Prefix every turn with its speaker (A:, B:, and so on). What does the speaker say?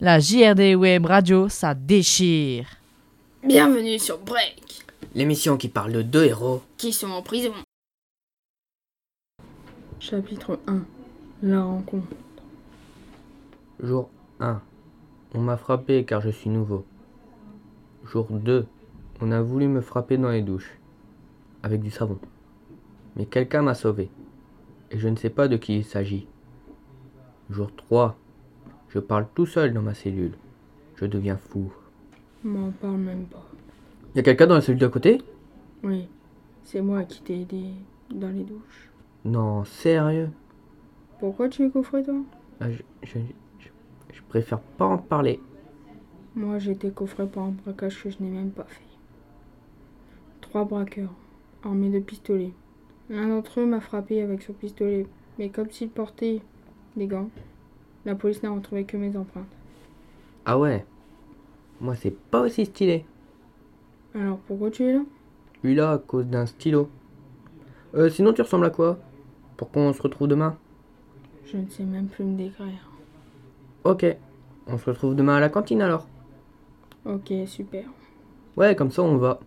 A: La JRD Web E Radio, ça déchire.
B: Bienvenue sur Break,
C: L'émission qui parle de deux héros.
B: qui sont en prison.
D: Chapitre 1 La rencontre.
C: Jour 1. On m'a frappé car je suis nouveau. Jour 2. On a voulu me frapper dans les douches. Avec du savon. Mais quelqu'un m'a sauvé. Et je ne sais pas de qui il s'agit. Jour 3. Je parle tout seul dans ma cellule. Je deviens fou.
D: M'en parle même pas.
C: Y a quelqu'un dans la cellule d'à côté
D: Oui, c'est moi qui t'ai aidé dans les douches.
C: Non, sérieux
D: Pourquoi tu es coffré toi
C: Ah, je, je- je- je préfère pas en parler.
D: Moi j'étais coffré par un braquage que je n'ai même pas fait. Trois braqueurs, armés de pistolets. L'un d'entre eux m'a frappé avec son pistolet, mais comme s'il portait des gants, la police n'a retrouvé que mes empreintes.
C: Ah ouais Moi c'est pas aussi stylé.
D: Alors pourquoi tu es là
C: Lui là, à cause d'un stylo. Euh, sinon, tu ressembles à quoi Pour qu'on se retrouve demain
D: Je ne sais même plus me décrire.
C: Ok. On se retrouve demain à la cantine alors.
D: Ok, super.
C: Ouais, comme ça on va.